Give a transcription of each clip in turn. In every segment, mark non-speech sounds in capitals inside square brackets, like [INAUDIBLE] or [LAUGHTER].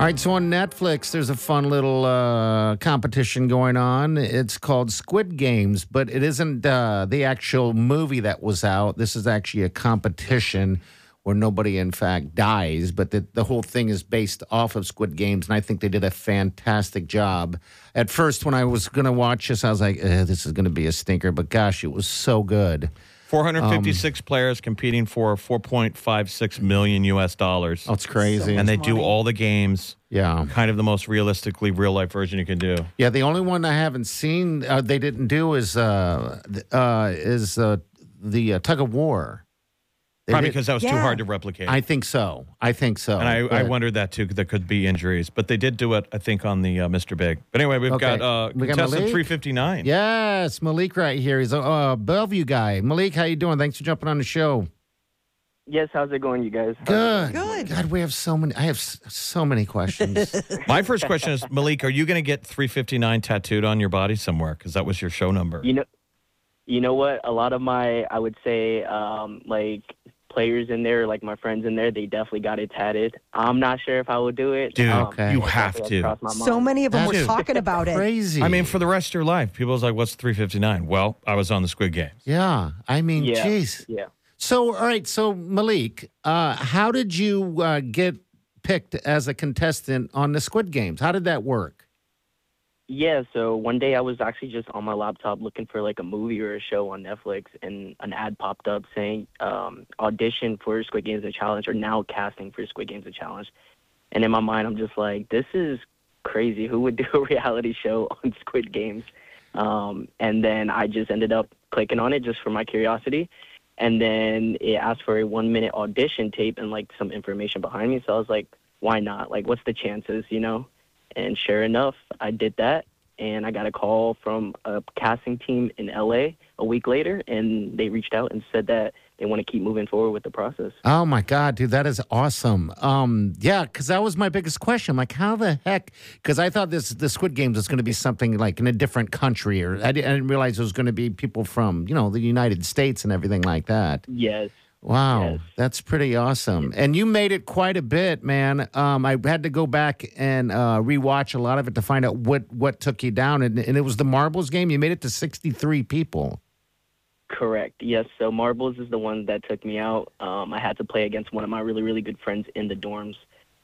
All right, so on Netflix, there's a fun little uh, competition going on. It's called Squid Games, but it isn't uh, the actual movie that was out. This is actually a competition where nobody, in fact, dies, but the, the whole thing is based off of Squid Games, and I think they did a fantastic job. At first, when I was going to watch this, I was like, eh, this is going to be a stinker, but gosh, it was so good. 456 players competing for 4.56 million US dollars. Oh, it's crazy. and they do all the games, yeah. kind of the most realistically real life version you can do. Yeah, the only one I haven't seen uh, they didn't do is uh, th- uh, is uh, the uh, tug of war. They Probably did- because that was too Yeah. hard to replicate. I think so. I think so. and I, I But- wondered that too, 'cause there could be injuries. But they did do it, I think, on the uh, Mr. Big. But anyway, we've Okay. got uh, We got contestant Malik? 359. Yes, Malik right here. He's a uh, Bellevue guy. Malik, how you doing? Thanks for jumping on the show. Yes, how's it going, you guys? Good. Good. God, we have so many. I have s- so many questions. My first question is Malik, are you going to get 359 tattooed on your body somewhere? Because that was your show number. You know, you know what? A lot of my, I would say, um, like players in there, like my friends in there, they definitely got it tatted. I'm not sure if I would do it. Dude, Okay. you it's have definitely to. crossed my So mind. many of them That's were talking about it. Crazy. I mean, for the rest of your life, people's like, what's 359? Well, I was on the Squid Game. yeah. I mean, Yeah. jeez. Yeah. So, all right. So, Malik, uh, how did you uh, get picked as a contestant on the Squid Games? How did that work? Yeah, so one day I was actually just on my laptop looking for like a movie or a show on Netflix, and an ad popped up saying um, audition for Squid Games: The Challenge, or now casting for Squid Games: The Challenge. And in my mind, I'm just like, this is crazy. Who would [LAUGHS] do a reality show on Squid Games? Um, and then I just ended up clicking on it just for my curiosity. And then it asked for a one minute audition tape and like some information behind me. So I was like, why not? Like, what's the chances, you know? And sure enough, I did that. And I got a call from a casting team in LA a week later. And they reached out and said that they want to keep moving forward with the process. Oh my God, dude, that is awesome. Um, yeah, because that was my biggest question. Like, how the heck? Because I thought this the Squid Games was going to be something like in a different country, or I, di- I didn't realize it was going to be people from you know the United States and everything like that. Yes. Wow, Yes. that's pretty awesome. And you made it quite a bit, man. Um, I had to go back and uh, rewatch a lot of it to find out what what took you down, and, and it was the marbles game. You made it to sixty three people. Correct. Yes. So marbles is the one that took me out. Um, I had to play against one of my really, really good friends in the dorms.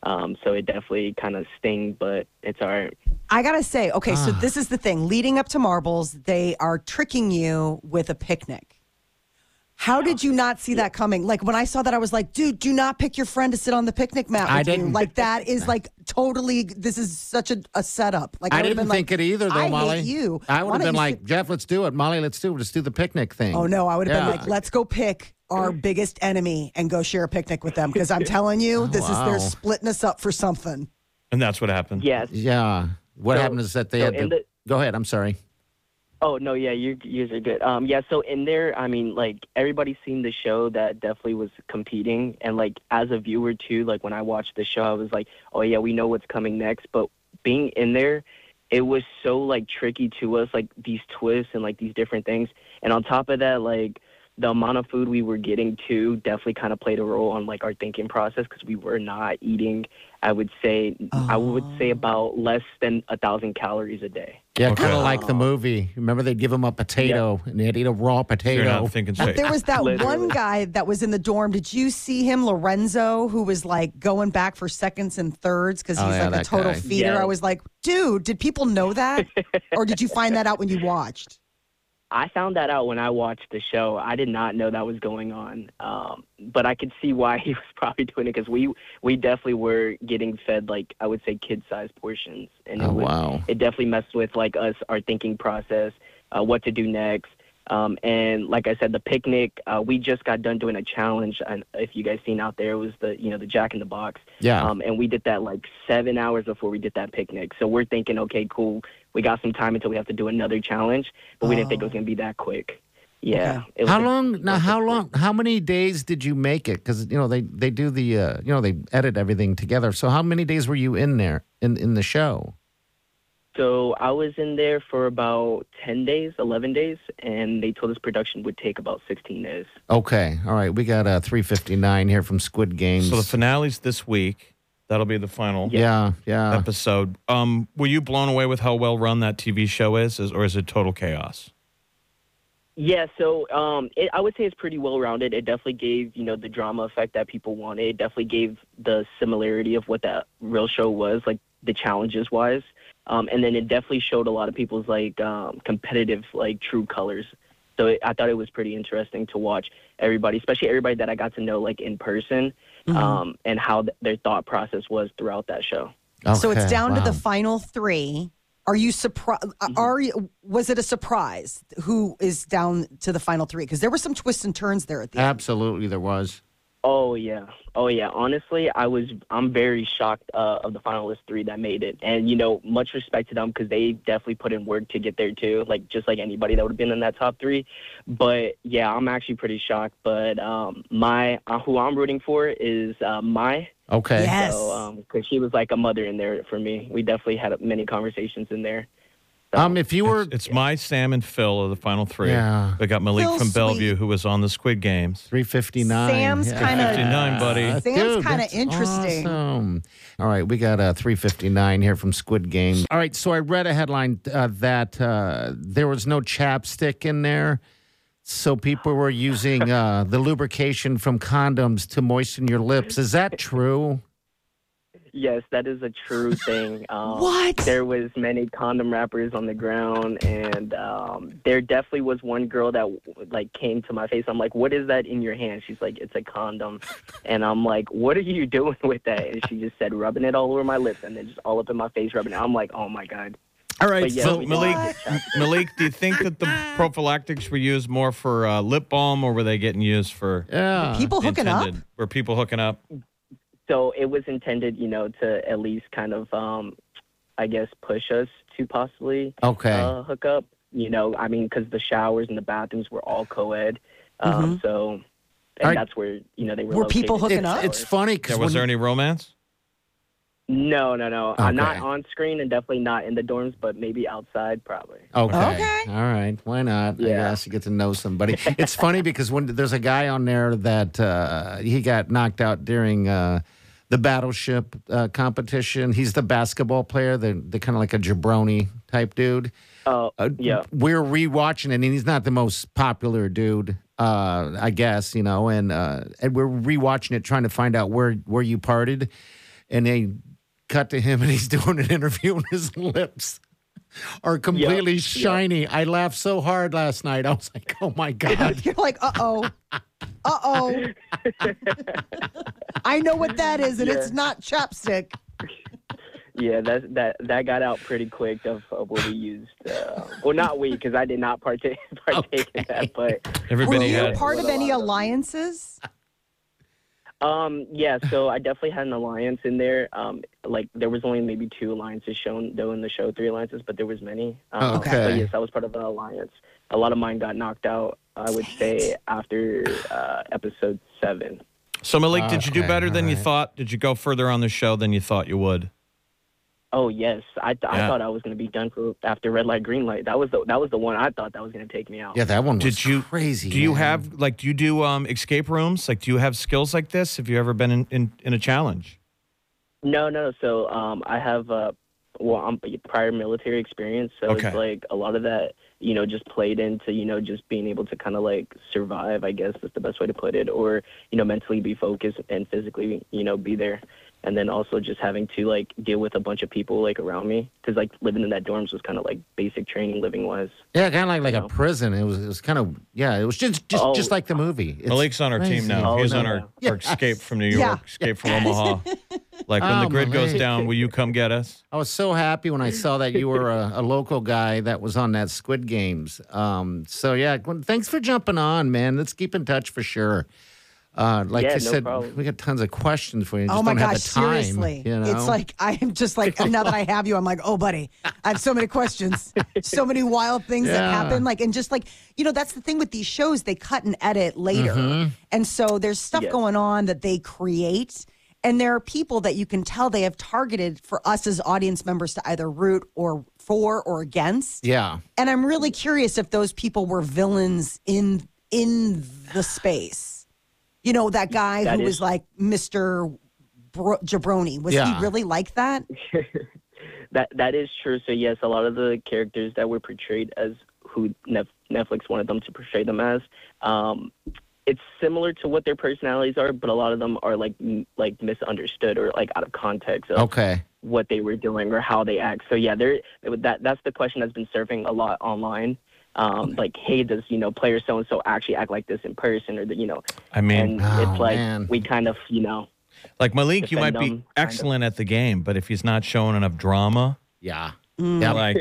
Um, so it definitely kind of sting, but it's all right. I gotta say, okay, Ah. so this is the thing. Leading up to marbles, they are tricking you with a picnic. How did you not see that coming? Like when I saw that, I was like, dude, do not pick your friend to sit on the picnic mat. With I You. didn't. Like that is like totally. This is such a, a setup. Like I would've didn't been think like, it either, though, I Molly. Hate you. I Why would have don't been you like, sit- Jeff, let's do it. Molly, let's do it. Let's do the picnic thing. Oh no, I would have Yeah. been like, let's go pick our biggest enemy and go share a picnic with [LAUGHS] them because I'm telling you, this is Oh, wow. they're splitting us up for something. And that's what happened. Yes. Yeah. What So- happened is that they so had to. in the- go ahead. I'm sorry. Oh no, yeah, you yours are good. Um, yeah, so in there, I mean, like everybody's seen the show that definitely was competing, and like as a viewer too, like when I watched the show, I was like, oh yeah, we know what's coming next. But being in there, it was so like tricky to us, like these twists and like these different things. And on top of that, like the amount of food we were getting too definitely kind of played a role on like our thinking process because we were not eating. I would say I would say about less than a thousand calories a day. [LAUGHS] Yeah, Okay. kind of like the movie. Remember, they'd give him a potato and they'd eat a raw You're potato. not thinking [LAUGHS] But straight. there was that one Literally. guy that was in the dorm. Did you see him, Lorenzo, who was like going back for seconds and thirds because Oh, he's yeah, like that a total guy. feeder? Yeah. I was like, dude, did people know that, or did you find that out when you watched? I found that out when I watched the show. I did not know that was going on, um, but I could see why [LAUGHS] he was probably doing it because we we definitely were getting fed like I would say kid sized portions, and Oh, it was wow. it definitely messed with like us our thinking process, uh, what to do next. Um, and like I said, the picnic, uh, we just got done doing a challenge. And if you guys seen out there, it was the, you know, the Jack in the Box. Yeah. Um, and we did that like seven hours before we did that picnic. So we're thinking, okay, cool. We got some time until we have to do another challenge, but we didn't think it was going to be that quick. Yeah. It was Oh. How a- long? Now, how long? How many days did you make it? Because you know they they do the uh, you know they edit everything together. So how many days were you in there in in the show? So I was in there for about 10 days, 11 days, and they told us production would take about 16 days. Okay, all right. We got uh, three fifty nine here from Squid Games. So the finale's this week. That'll be the final yeah, yeah. episode. Um, were you blown away with how well run that TV show is, is or is it total chaos? Yeah, so um, it, I would say it's pretty well rounded. It definitely gave you know the drama effect that people wanted. It definitely gave the similarity of what that real show was, like the challenges wise. Um, and then it definitely showed a lot of people's like um, competitive like true colors. So it, I thought it was pretty interesting to watch everybody, especially everybody that I got to know like in person, um, and how th- their thought process was throughout that show. so it's Okay, down to wow. the final three. Are you surprised? Mm-hmm. Are you, was it a surprise who is down to the final three? Because there were some twists and turns there at the end. Absolutely, there was. Oh yeah, oh yeah. Honestly, I was I'm very shocked uh, of the finalist three that made it, and you know, much respect to them because they definitely put in work to get there too. Like just like anybody that would have been in that top three, but yeah, I'm actually pretty shocked. But um, my uh, who I'm rooting for is uh, Mai. Okay. Yes. So, um 'cause because she was like a mother in there for me. We definitely had many conversations in there. Um, if you were It's my Sam and Phil are the final three. Yeah. We got Malik Phil's from Bellevue sweet. who was on the Squid Games. three fifty nine, Sam's kinda- 59, buddy. Sam's kinda interesting. Awesome. All right, we got uh, 359 here from Squid Game. All right, so I read a headline uh, that uh, there was no chapstick in there, so people were using uh, the lubrication from condoms to moisten your lips. Is that true? Yes, that is a true thing. Um, What? There was many condom wrappers on the ground, and um, there definitely was one girl that like came to my face. I'm like, "What is that in your hand?" She's like, "It's a condom," and I'm like, "What are you [LAUGHS] doing with that?" And she just said, "Rubbing it all over my lips, and then just all up in my face, rubbing it." I'm like, "Oh my god." All But right, yeah, So, we did Malik- get [LAUGHS] shot. Malik, do you think that the prophylactics were used more for uh, lip balm or were they getting used for yeah. People the hooking up. intended- Were people hooking up? so it was intended, you know, to at least kind of, um, I guess, push us to possibly Okay. uh, hook up. You know, I mean, because the showers and the bathrooms were all co-ed, um, so and Alright. that's where you know they were. Were people located. hooking up? Mm-hmm. It's, it's funny because Yeah, was there any romance? No, no, no. Uh, not Okay. on screen and definitely not in the dorms, but maybe outside, probably. Okay. Okay. All right. Why not? I Yeah. guess you get to know somebody. it's funny because when there's a guy on there that uh, he got knocked out during uh, the battleship uh, competition. He's the basketball player. They're, they're kind of like a jabroni type dude. Oh, Uh, yeah. We're rewatching it, and he's not the most popular dude. Uh, I guess you know, and uh, and we're rewatching it, trying to find out where where you parted, and they cut to him, and he's [LAUGHS] doing an interview, and his lips are completely yep. shiny. I laughed so hard last night. I was like, [LAUGHS] oh my god. [LAUGHS] You're like, uh oh. Uh oh. I know what that is, and it's Yeah. not chapstick. Yeah, that that that got out pretty quick of, of what we used. Uh, well, not we, because I did not partake [LAUGHS] partake in that, but Were Everybody you had. part of What a any lot of- alliances? Um, yeah, so I definitely had an alliance in there. Um, like there was only maybe two alliances shown though in the show, three alliances, but there was many. Um, Okay. But yes, I was part of an alliance. A lot of mine got knocked out. I would say after uh, episode seven. So, Malik, did you do Okay, better than you alright. thought? Did you go further on the show than you thought you would? Oh yes, I, th- I Yeah. thought I was gonna be done for after red light, green light. That was the that was the one I thought that was gonna take me out. Yeah, that one was Did you crazy. Do you man. have like do you do um, escape rooms? Like, do you have skills like this? Have you ever been in in, in a challenge? No, no. So um, I have uh, well, I'm prior military experience, so Okay. it's like a lot of that, you know, just played into you know just being able to kind of like survive. I guess is the best way to put it, or you know, mentally be focused and physically, you know, be there, and then also just having to like deal with a bunch of people like around me, because like living in that dorms was kind of like basic training living wise. Yeah, kind of like like a prison. It was it was kind of yeah. It was just just, Oh. just like the movie. It's Malik's on our crazy. team now. Oh, He's no. on our, our escape from New [LAUGHS] Yeah. York, escape from Omaha. Like when Oh, the grid goes Malik. down, will you come get us? I was so happy when I saw that you were a, [LAUGHS] a local guy that was on that Squid Games. Um, so yeah, Gwen, thanks for jumping on, man. Let's keep in touch for sure. Uh, like Yeah, I no said, problem. we got tons of questions for you. Just oh my don't have gosh, the time, seriously. you know? It's like I am just like [LAUGHS] now that I have you, I'm like, oh buddy, I have so many questions. so many wild things that Yeah. happen. Like and just like, you know, that's the thing with these shows, they cut and edit later. Mm-hmm. And so there's stuff Yes. going on that they create. And there are people that you can tell they have targeted for us as audience members to either root or for or against. yeah. And I'm really curious if those people were villains in in the space. You know, that guy That who is- was like Mr. Bro- Jabroni. Was Yeah. he really like that? That that is true. So yes, a lot of the characters that were portrayed as who Nef- Netflix wanted them to portray them as, um, it's similar to what their personalities are, but a lot of them are like m- like misunderstood or like out of context of Oh. Okay. what they were doing or how they act. So yeah, there that that's the question that's been surfing a lot online. Um, Like, hey, does you know player so and so actually act like this in person, or the, you know? I mean, and oh, it's like man. we kind of you know like Malik, you might um, defend 'em, be kind of. excellent at the game, but if he's not showing enough drama, Yeah. Mm. Yeah. like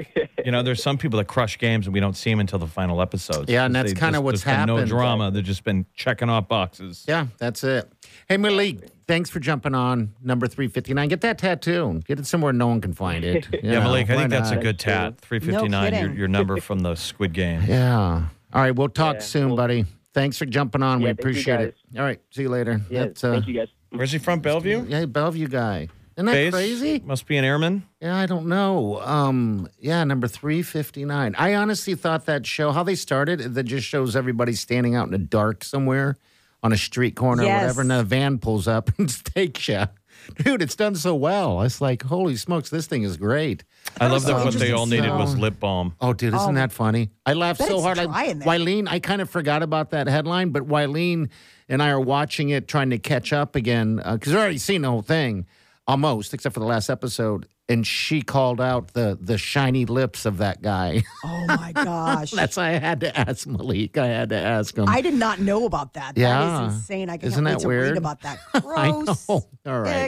you know, there's some people that crush games and we don't see them until the final episodes. Yeah, and 'cause that's they kinda just- what's there's been No happened. drama. They've just been checking off boxes. yeah. That's it. Hey, Malik, thanks for jumping on number 359. Get that tattoo. Get it somewhere no one can find it. you [LAUGHS] Yeah, know, Malik, I why think that's a not? good tat. 359, your, kidding. your number from the Squid Game. Yeah. All right. We'll talk Yeah, soon, buddy. Thanks for jumping on. Yeah, we thank you appreciate it. All right. See you later. yeah. That's, uh, thank you guys. Where's he from? Bellevue? Yeah, Bellevue guy. Isn't that Base? crazy? Must be an airman. Yeah, I don't know. Um, yeah, number 359. I honestly thought that show, how they started, that just shows everybody standing out in the dark somewhere on a street corner Yes. or whatever, and then a van pulls up [LAUGHS] and takes you. Dude, it's done so well. It's like, holy smokes, this thing is great. I love that so what they all interesting. needed was So- lip balm. Oh, dude, isn't that funny? I laughed bet so it's hard. I, dry in there. Wileen, I kind of forgot about that headline, but Wileen and I are watching it, trying to catch up again because we've already seen the whole thing almost, except for the last episode. And she called out the the shiny lips of that guy. [LAUGHS] Oh my gosh. That's why I had to ask Malik. I had to ask him. I did not know about that. That Yeah. is insane. I can't Isn't wait that to weird? read about that. [LAUGHS] I Gross. know. [LAUGHS] All right. Dick.